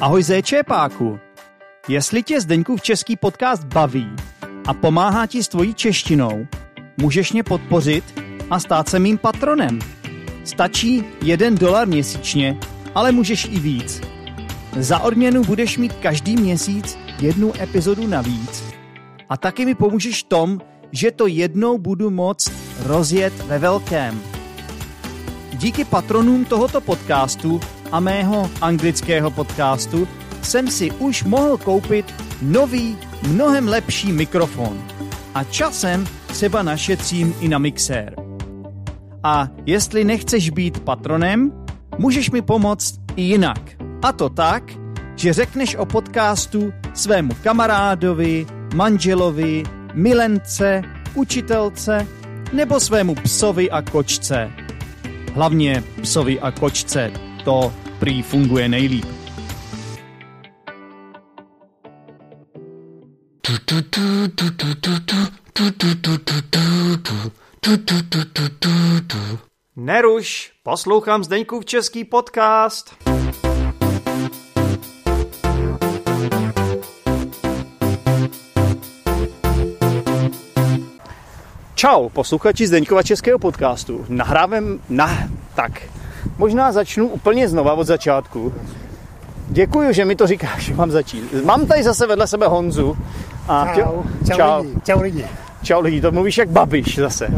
Ahoj Zéčepáku. Jestli tě Zdeňkův český podcast baví a pomáhá ti s tvojí češtinou, můžeš mě podpořit a stát se mým patronem. Stačí jeden dolar měsíčně, ale můžeš i víc. Za odměnu budeš mít každý měsíc jednu epizodu navíc. A taky mi pomůžeš v tom, že to jednou budu moct rozjet ve velkém. Díky patronům tohoto podcastu a mého anglického podcastu jsem si už mohl koupit nový, mnohem lepší mikrofon. A časem třeba našetřím i na mixér. A jestli nechceš být patronem, můžeš mi pomoct i jinak. A to tak, že řekneš o podcastu svému kamarádovi, manželovi, milence, učitelce nebo svému psovi a kočce. Hlavně psovi a kočce, to prý funguje nejlíp. Neruš, poslouchám Zdeňkův český podcast. Čau, posluchači Zdeňkova českého podcastu. Nahrávám na... Tak, možná začnu úplně znova od začátku. Děkuji, že mi to říkáš, že mám začít. Mám tady zase vedle sebe Honzu. A Čau. tě- čau, Čau, lidi. Čau lidi. čau lidi, to mluvíš jak babiš zase.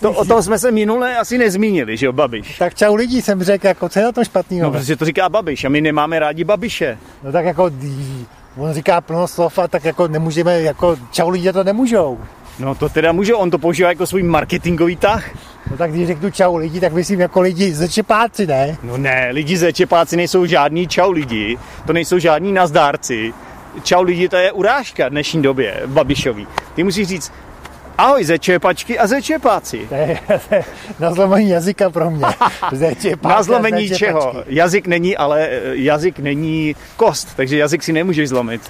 To, o tom jsme se minule asi nezmínili, že jo, babiš. Tak čau lidi jsem řekl, jako co je na tom špatného? No, protože to říká babiš a my nemáme rádi babiše. no tak jako dý, on říká plno slov a tak jako nemůžeme, jako čau lidi to nemůžou. No to teda může, on to používá jako svůj marketingový tah. No tak když řeknu čau lidi, tak myslím jako lidi ze Čepáci, ne? No ne, lidi ze Čepáci nejsou žádní čau lidi, to nejsou žádní nazdárci. Čau lidi, to je urážka v dnešní době, Babišový. Ty musíš říct, ahoj ze Čepačky a ze Čepáci. To je na zlomení jazyka pro mě. Ze Čepáci a Na ze zlomení Čepačky. čeho? Jazyk není, ale eh, jazyk není kost, takže jazyk si nemůžeš zlomit.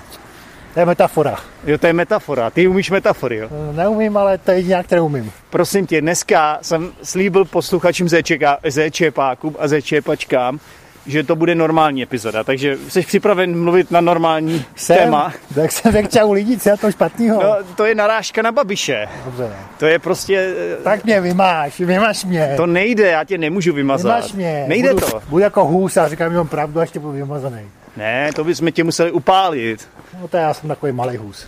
To je metafora. Jo, to je metafora, ty umíš metafory, jo. No, Neumím, ale to je jediná, kterou umím. Prosím tě, dneska jsem slíbil posluchačům ze, Čeka, ze Čepákům a ze Čepačkám, že to bude normální epizoda, takže jsi připraven mluvit na normální téma. Tak jsem řekl čau lidi, co je na tom špatného? No, to je narážka na babiše. Dobře, ne. To je prostě... eh, Tak mě vymáš, vymáš mě. To nejde, já tě nemůžu vymazat. Nemáš mě. Nejde budu, to. Budu jako hůz a říkám jenom pravdu, až tě budu vymazaný. Ne, to bychom tě museli upálit. No to já jsem takový malý hůz.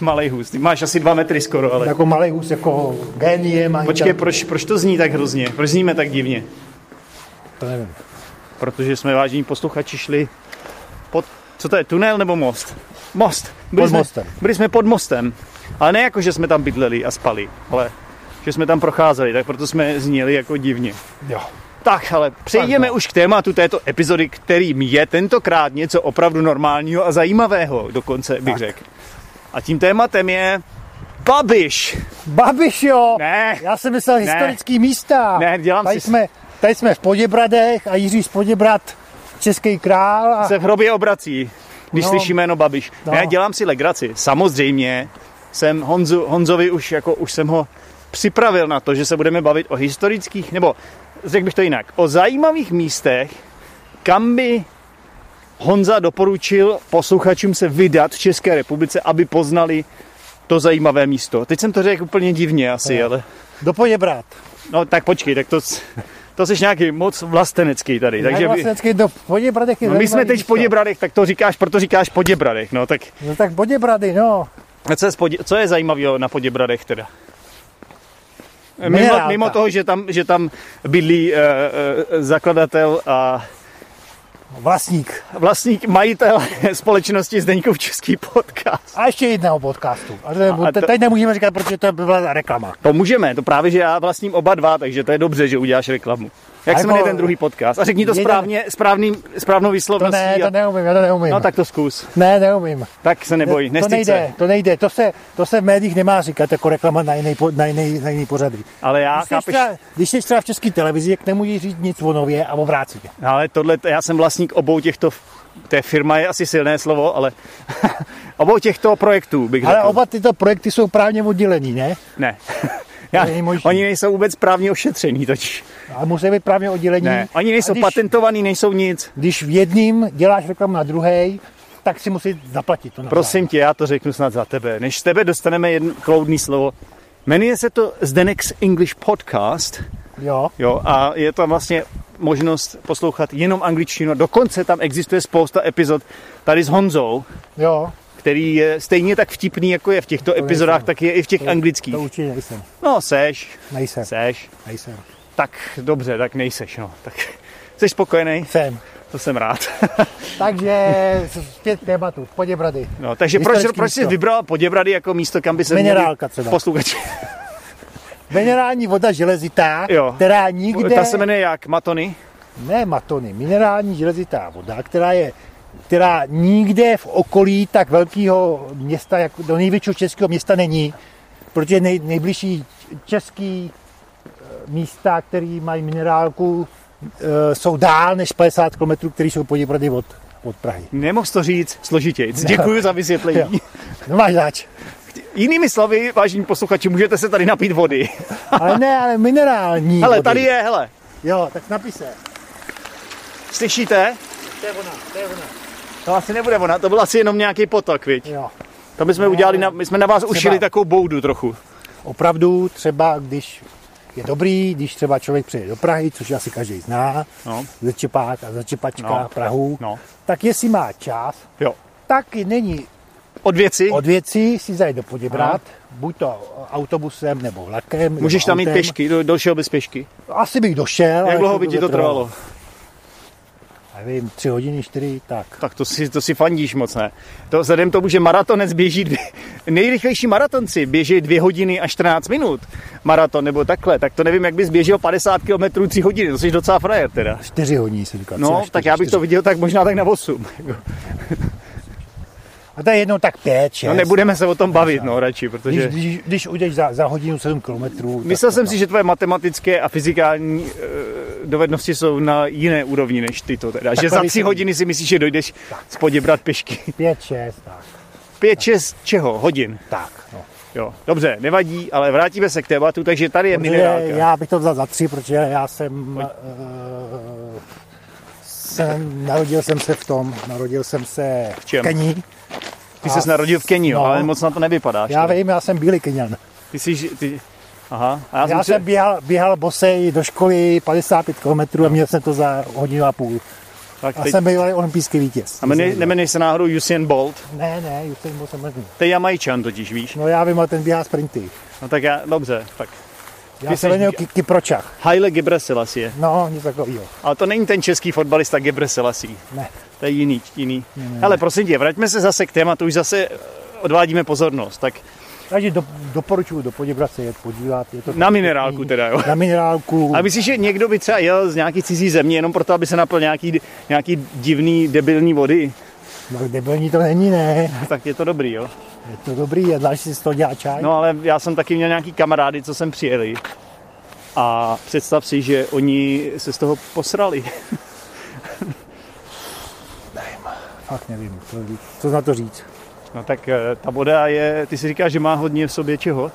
Malej hůz, ty máš asi dva metry skoro, ale... Jako malý hůz, jako géniem. a Počkej, tak- proč, proč to zní tak hrozně? Proč zníme tak divně? To nevím. Protože jsme vážení posluchači šli pod... Co to je, tunel nebo most? Most. Byli Pod jsme, mostem. Byli jsme pod mostem. Ale ne jako, že jsme tam bydleli a spali, ale že jsme tam procházeli, tak proto jsme zněli jako divně. Jo. Tak, ale přejdeme už k tématu této epizody, kterým je tentokrát něco opravdu normálního a zajímavého, dokonce bych řekl. A tím tématem je Babiš. Babiš, jo. Ne. Já jsem myslel Ne. historický místa. Ne, dělám tady si- Jsme, tady jsme v Poděbradech a Jiří z Poděbrad, Český král. A... Se v hrobě obrací, když no, No. slyší jméno Babiš. No. No. Ne, dělám si legraci. Samozřejmě jsem Honzu, Honzovi už jako už jsem ho připravil na to, že se budeme bavit o historických, nebo řekl bych to jinak, o zajímavých místech, kam by Honza doporučil posluchačům se vydat v České republice, aby poznali to zajímavé místo. Teď jsem to řekl úplně divně asi, no. ale... Do Poděbrad. No tak počkej, tak to, to jsi nějaký moc vlastenecký tady. Takže Takže by, vlastně do Poděbradech je no, my jsme zajímavý teď v místo. Poděbradech, tak to říkáš, proto říkáš Poděbradech. No tak No tak Poděbrady, no. a co je, z Podě- co je zajímavého na Poděbradech teda? Mimo, Minerálka. mimo toho, že tam, že tam bydlí uh, uh, zakladatel a Vlastník. vlastník, majitel společnosti Zdeňkův český podcast. A ještě jednoho podcastu. Ale to, A- a nebu- to- teď nemůžeme říkat, protože to by byla reklama. To můžeme, to právě, že já vlastním oba dva, takže to je dobře, že uděláš reklamu. Jak A se jako- jmenuje ten druhý podcast? A řekni to Jeden- správně, správným, správnou To výslovností. ne, a- to neumím, já to neumím. No tak to zkus. Ne, neumím. Tak se neboj, to nestyď nejde, se. to nejde, to se, to se v médiích nemá říkat jako reklama na jiný, po- na jiný, na jiný pořady. Ale já, Když jsi, chápeš, třeba, když jsi třeba v české televizi, tak nemůžeš říct nic o nově a o vrácitě. ale tohle, já jsem vlastník obou těchto, té firma je asi silné slovo, ale obou těchto projektů bych Ale řekl. oba tyto projekty jsou právně oddělený, ne? Ne. Já, není možný. oni nejsou vůbec právně ošetření totiž. Ale musí být právě oddělení. Ne, oni nejsou Hmm. A když, patentovaní, nejsou nic. Když v jedním děláš reklamu na druhý, tak si musí zaplatit to. Prosím tě, já to řeknu snad za tebe. Než z tebe dostaneme jedno kloudný slovo. Jmenuje se to Zdenex English Podcast. navzájem. Jo. Jo, a je tam vlastně možnost poslouchat jenom angličtinu. Dokonce tam existuje spousta epizod tady s Honzou, Jo, který je stejně tak vtipný, jako je v těchto epizodách, nejsem. tak je i v těch anglických. to určitě nejsem. No, seš, Nejsem. seš. Nejsem. Tak dobře, tak nejseš, no. Tak jsi spokojený, Jsem. to jsem rád. Takže zpět k tématu. Pojď, brady. No, takže proč, Historický proč jsi místo. vybral Poděbrady jako místo, kam by se měli Minerálka třeba. posluchači? Minerální voda železitá, Jo. která nikde... Ta se jmenuje jak? Matony? Ne matony, minerální železitá voda, která je která nikde v okolí tak velkého města, jako do největšího českého města není, protože nej, nejbližší český eh, místa, které mají minerálku, eh, jsou dál než 50 km, které jsou Poděbrady od, od Prahy. Nemohl jsi to říct složitějc. Děkuji za Jo. vysvětlení. No máš zač. Jinými slovy, vážení posluchači, můžete se tady napít vody. Ale ne, ale minerální Hele, vody. tady je, hele. Jo, tak napiš se. Slyšíte? To je ona, to je ona. To asi nebude ona, to byl asi jenom nějaký potok, viď? Jo. To bychom udělali, na, my jsme na vás ušili Třeba. takovou boudu trochu. Opravdu třeba, když je dobrý, když třeba člověk přijede do Prahy, což asi každý zná, No. začepák a začepačka No. Prahu, No. tak jestli má čas, Jo. tak i není Od věci, od věcí si zajít do Poděbrat, buď to autobusem nebo vlakem. můžeš nebo tam mít autem. No, pěšky, do, došel bys pěšky. Asi bych došel. Jak ale dlouho by by ti to trvalo? Nevím, tři hodiny, čtyři, tak. Tak to si, to si fandíš moc, ne? To vzhledem k tomu, že maratonec běží dvě, nejrychlejší maratonci běží 2 hodiny a 14 minut maraton nebo takhle, tak to nevím, jak bys běžel 50 km 3 hodiny, to jsi docela frajer teda. Čtyři hodiny si říkal. No, tři až tak čtyři, já bych to čtyři. viděl tak možná tak na 8. A to je jednou tak pět, šest. No, nebudeme se o tom bavit, no, radši, Když, protože... když, když ujdeš za, za hodinu 7 kilometrů. Myslel tak- no. jsem si, že tvoje matematické a fyzikální eh, dovednosti jsou na jiné úrovni než tyto. Teda. Že Takhle za bych tři to- hodiny si myslíš, že dojdeš z Poděbrat pěšky. Pět, šest, tak. Pět, šest čeho? Hodin. Tak, no. Jo, dobře, nevadí, ale vrátíme se k tématu, takže tady je Protože minerálka. já bych to vzal za tři, protože já jsem, uh, jsem... Narodil jsem se v tom, narodil jsem se v, čem? Keni. Ty jsi narodil v Keni, no. No. ale moc na to nevypadáš. Já teda. vím, já jsem bílý Kenian. Ty jsi, ty... Aha, a já, Já jsem, jsem si- běhal, běhal bosej do školy 55 km a měl jsem to za hodinu a půl. tak A teď... jsem bývalý olympijský vítěz. A jmenuje, nemenuje se náhodou Usain Bolt? Ne, ne, už jsem byl jsem mrzný. To je Jamajčan totiž, víš? No já vím, ale ten běhá sprinty. No tak já, dobře, tak. Já Ty jsem jsi- jmenil Ki- Kypročach. Haile Gebrselassie. No, nic takového. Ale to není ten český fotbalista Gebrselassie. Ne. To je jiný, jiný. Ale prosím tě, vraťme se zase k tématu, už zase eh, odvádíme pozornost. Tak Takže do, doporučuji do Poděbrat se jet podívat. Je to na minerálku teda, jo. Na minerálku. A myslíš, že někdo by třeba jel z nějaký cizí země jenom proto, aby se napil nějaký, nějaký divný, debilní vody? No, debilní to není, ne. Tak je to dobrý, jo. Je to dobrý, a dáš si z toho dělat čaj. No ale já jsem taky měl nějaký kamarády, co jsem přijeli. A představ si, že oni se z toho posrali. Fakt nevím, co, co na to říct. No tak eh, ta voda je, ty si říkáš, že má hodně v sobě čeho?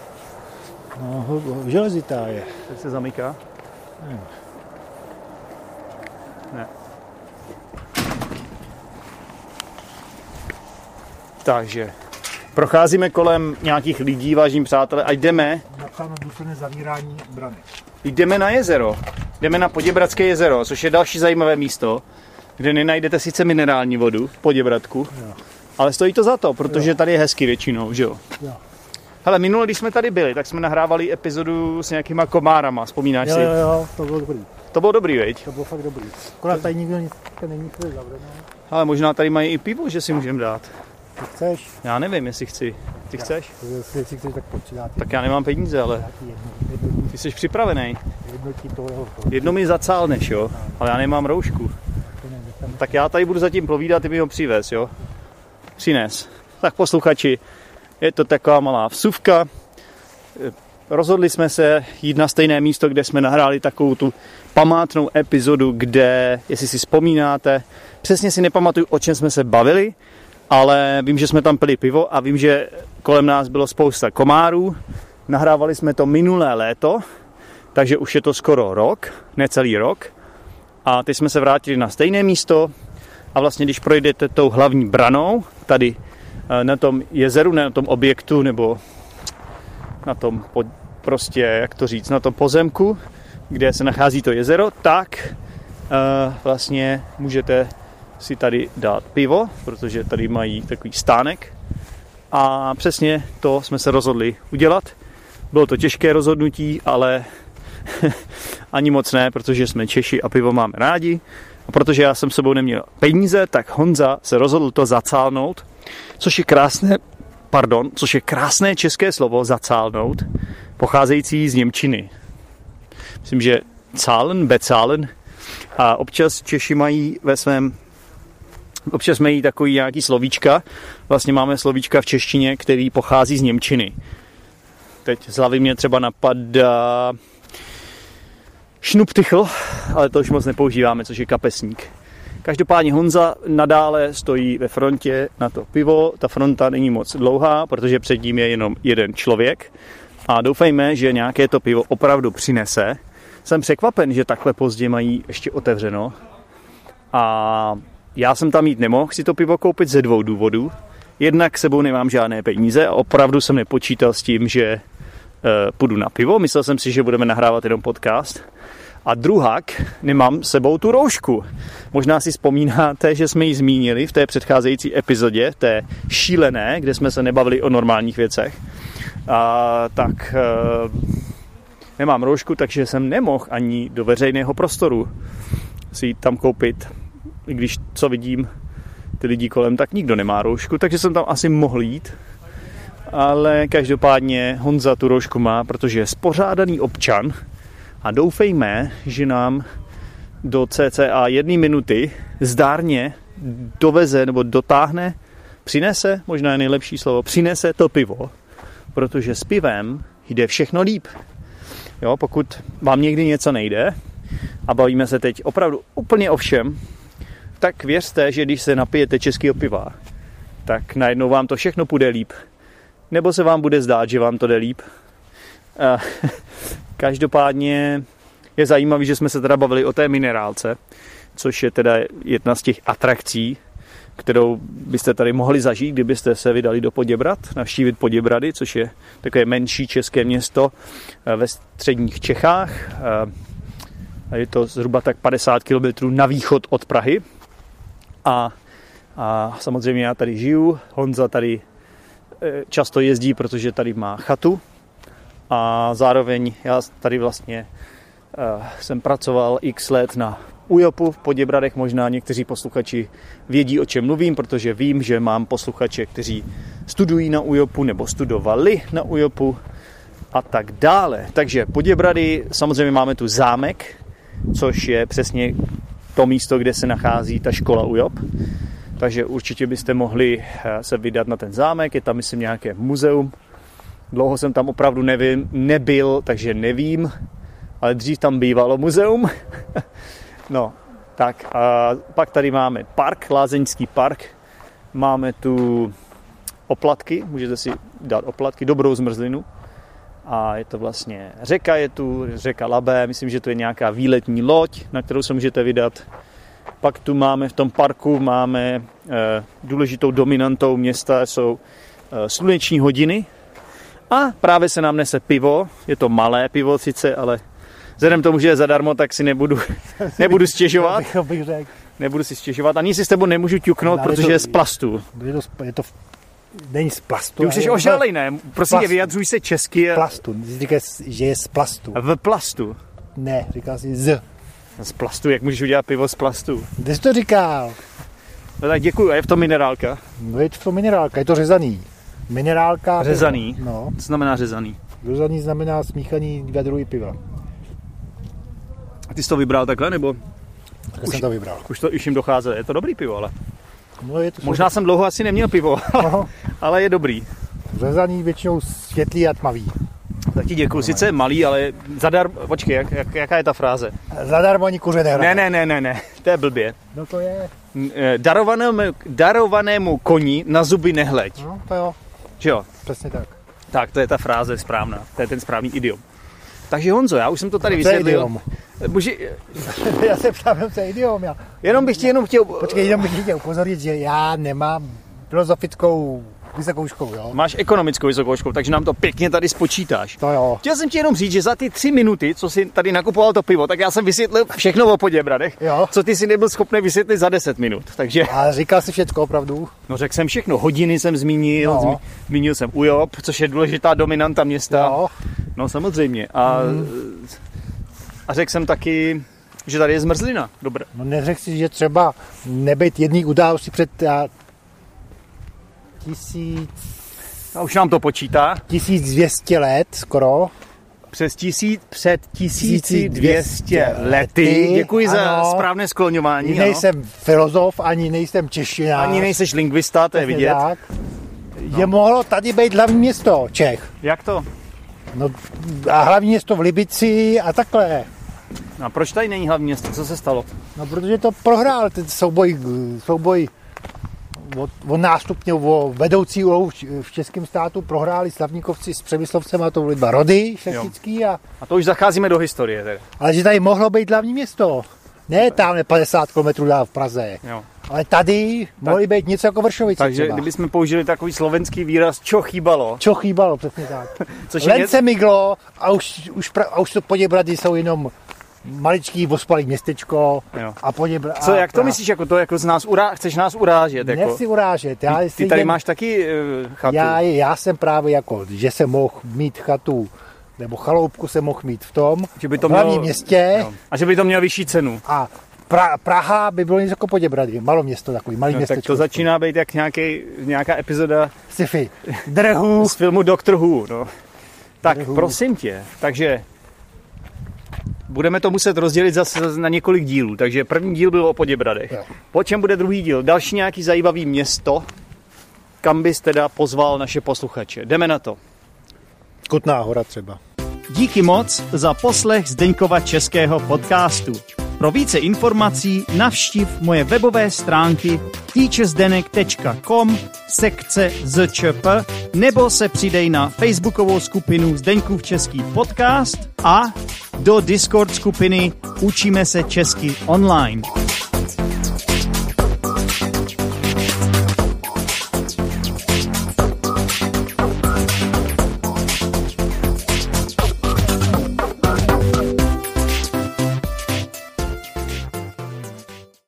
No, ho- ho- železitá je. Tak se zamyká. Hmm. Ne. Takže procházíme kolem nějakých lidí, vážní přátelé, a jdeme, Napsáno důsledné zavírání brany. jdeme na jezero. Jdeme na Poděbradské jezero, což je další zajímavé místo, kde nenajdete sice minerální vodu v Poděbradku, ale stojí to za to, protože tady je hezky většinou, že jo? Jo. Hele, minule, když jsme tady byli, tak jsme nahrávali epizodu s nějakýma komárama, vzpomínáš Jo, si? jo, jo, to bylo dobrý. To bylo dobrý, veď? To bylo fakt dobrý. Akorát tady nikdo nic to není chvíli zavřeno. Ale možná tady mají i pivo, že si můžeme dát. Ty chceš, Já nevím, jestli chci. Ty chceš? jestli si chceš, tak počítá. Tak já nemám peníze, ale Taky jedno, jedno, ty jsi připravený. jedno ti tohle. Jedno mi zacálneš, jo? Ale já nemám roušku. Tak já tady budu zatím provídat, ty mi ho přivez, jo? Přines. Tak posluchači, je to taková malá vsuvka. Eh, Rozhodli jsme se jít na stejné místo, kde jsme nahráli takovou tu památnou epizodu, kde, jestli si vzpomínáte, přesně si nepamatuju, o čem jsme se bavili, ale vím, že jsme tam pili pivo a vím, že kolem nás bylo spousta komárů Nahrávali jsme to minulé léto, takže už je to skoro rok, necelý rok. A teď jsme se vrátili na stejné místo a vlastně když projdete tou hlavní branou, tady eh, na tom jezeru, ne na tom objektu nebo na tom pod, prostě, jak to říct, na tom pozemku, kde se nachází to jezero, tak eh, vlastně můžete si tady dát pivo, protože tady mají takový stánek. A přesně to jsme se rozhodli udělat. Bylo to těžké rozhodnutí, ale ani moc ne, protože jsme Češi a pivo máme rádi. A protože já jsem s sebou neměl peníze, tak Honza se rozhodl to zacálnout, což je krásné, pardon, což je krásné české slovo zacálnout, pocházející z Němčiny. Myslím, že cálen, becálen. A občas Češi mají ve svém občas mají takový nějaký slovíčka. Vlastně máme slovíčka v češtině, který pochází z Němčiny. Teď z hlavy mě třeba napadá šnuptychl, ale to už moc nepoužíváme, což je kapesník. Každopádně Honza nadále stojí ve frontě na to pivo. Ta fronta není moc dlouhá, protože před ním je jenom jeden člověk. A doufejme, že nějaké to pivo opravdu přinese. Jsem překvapen, že takhle pozdě mají ještě otevřeno. A já jsem tam jít nemohl si to pivo koupit ze dvou důvodů. Jednak sebou nemám žádné peníze a opravdu jsem nepočítal s tím, že e, půjdu na pivo. Myslel jsem si, že budeme nahrávat jenom podcast. A druhák, nemám s sebou tu roušku. Možná si vzpomínáte, že jsme ji zmínili v té předcházející epizodě, té šílené, kde jsme se nebavili o normálních věcech. A, tak e, nemám roušku, takže jsem nemohl ani do veřejného prostoru si ji tam koupit i když co vidím ty lidi kolem, tak nikdo nemá roušku, takže jsem tam asi mohl jít. Ale každopádně Honza tu roušku má, protože je spořádaný občan a doufejme, že nám do cca jedné minuty zdárně doveze nebo dotáhne, přinese, možná je nejlepší slovo, přinese to pivo, protože s pivem jde všechno líp. Jo, pokud vám někdy něco nejde a bavíme se teď opravdu úplně o všem, tak věřte, že když se napijete českého piva, tak najednou vám to všechno půjde líp. Nebo se vám bude zdát, že vám to jde líp. Eh, A, každopádně je zajímavé, že jsme se teda bavili o té minerálce, což je teda jedna z těch atrakcí, kterou byste tady mohli zažít, kdybyste se vydali do Poděbrad, navštívit Poděbrady, což je takové menší české město eh, ve středních Čechách. Eh, A Je to zhruba tak 50 km na východ od Prahy, a, a samozřejmě já tady žiju, Honza tady e, často jezdí, protože tady má chatu a zároveň já tady vlastně e, jsem pracoval x let na UJOPu v Poděbradech, možná někteří posluchači vědí, o čem mluvím, protože vím, že mám posluchače, kteří studují na UJOPu nebo studovali na UJOPu a tak dále. Takže Poděbrady, samozřejmě máme tu zámek, což je přesně to místo, kde se nachází ta škola UJOP. Takže určitě byste mohli eh, se vydat na ten zámek, je tam myslím nějaké muzeum. Dlouho jsem tam opravdu nevím, nebyl, takže nevím, ale dřív tam bývalo muzeum. no, tak a pak tady máme park, Lázeňský park. Máme tu oplatky, můžete si dát oplatky, dobrou zmrzlinu. A je to vlastně řeka, je tu řeka Labé, myslím, že to je nějaká výletní loď, na kterou se můžete vydat. Pak tu máme v tom parku máme eh, důležitou dominantou města jsou eh, sluneční hodiny a právě se nám nese pivo, je to malé pivo sice, ale vzhledem k tomu, že je zadarmo, tak si nebudu, nebudu stěžovat, Bych, bych řekl, nebudu si stěžovat, ani si s tebou nemůžu ťuknout, Ale je to- protože je z plastu. je to, sp- je to v- není z plastu. Ty už ale jsi je- ožalej, ne? Prosím, tě, Plastu. vyjadřuj se česky. plastu. Ty Říkáš, že je z plastu. V plastu. Ne, říkal jsi z. Z plastu, jak můžeš udělat pivo z plastu? Kde jsi to říkal? No tak děkuju, a je v tom minerálka. No je to minerálka, je to řezaný. Minerálka. Řezaný. No, Co znamená řezaný? řezaný znamená smíchaný dva druhy piva. A ty jsi to vybral takhle, nebo Tak Už- jsem to vybral. už to už jim docházelo? Je to dobrý pivo, ale. No je to Možná jsem dlouho asi neměl pivo, no, ale je dobrý. řezaný většinou světlý a tmavý. Tak ti děkuju, sice je malý, ale zadar... Počkej, jak, jak, jaká je ta fráze? Zadarmo ani kuře nehraje. Ne, ne, ne, ne, ne, to je blbě. No to je, N- eh, Darovanému, darovanému koni na zuby nehleď, no to jo, že jo? přesně tak. Tak, to je ta fráze správná. To je ten správný idiom. Takže Honzo, já už jsem to tady Co je vysvětlil. idiom? Boži, já se ptám, co je idiom. Já. jenom bych ti jenom chtěl... Počkej, jenom bych chtěl upozornit, že já nemám filozofickou vysokou školu, jo? Máš ekonomickou vysokou školu, takže nám to pěkně tady spočítáš. To jo. Chtěl jsem ti jenom říct, že za ty tři minuty, co jsi tady nakupoval to pivo, tak já jsem vysvětlil všechno o Poděbradech, Jo. co ty si nebyl schopný vysvětlit za 10 minut. Takže, A říkal jsi všecko opravdu? no řekl jsem všechno, hodiny jsem zmínil, No. zmi- zmínil jsem Ujop, což je důležitá dominanta města. Jo. Mhm. No samozřejmě. A, a řekl jsem taky, že tady je zmrzlina. Dobré. No neřekl si, že třeba nebejt jedný události před a, tisíc, A už nám to počítá. 1200 let skoro. Přes tisíc, před 1200 1200 lety. lety. Děkuji za Ano. správné skloňování. ano. Nejsem filozof, ani nejsem češtinář. Ani nejseš lingvista, to je Přesně vidět. No. Tak. Je mohlo tady být hlavní město Čech. Jak to? No, a hlavní město v Libici a takhle. No a proč tady není hlavní město? Co se stalo? No, protože to prohrál ten souboj, souboj o, o nástupně, o vedoucí úlohu v Č- v českém státu prohráli slavníkovci s Přemyslovcem a to byly dva rody šlechtický. A, A to už zacházíme do historie. Tedy. ale že tady mohlo být hlavní město. Ne tamhle 50 km dál v Praze. Jo. Ale tady mohly být něco jako Vršovice Takže třeba. kdybychom použili takový slovenský výraz, čo chýbalo, Čo chýbalo, přesně tak. což je něco, Lence miglo a už, už, pra, a už to Poděbrady jsou jenom maličký vospalý městečko Jo. a Poděbrady. co, jak to myslíš, jako to, jako z nás urá, chceš nás urážet, jako, Nechci urážet. Já, ty jestli tady jdem- máš taky eh, chatu. já, já jsem právě jako, že jsem mohl mít chatu, nebo chaloupku jsem mohl mít v tom, Že by to v hlavním mělo- městě Jo. A že by to mělo vyšší cenu. a pra, Praha by bylo něco jako Poděbrady, malo město takový, malý No, městečko. tak to začíná být jak nějaký, nějaká epizoda Sci-fi. Drhu. z filmu Doctor Who. No. Tak Doctor Who. prosím tě, takže budeme to muset rozdělit zase na několik dílů. Takže první díl byl o Poděbradech. Jo. Po čem bude druhý díl? Další nějaký zajímavý město, kam bys teda pozval naše posluchače. Jdeme na to. Kutná hora třeba. Díky moc za poslech Zdeňkova českého podcastu. Pro více informací navštiv moje webové stránky teachersdenek.com sekce zčp nebo se přidej na facebookovou skupinu Zdeňkův český podcast a do Discord skupiny Učíme se česky online.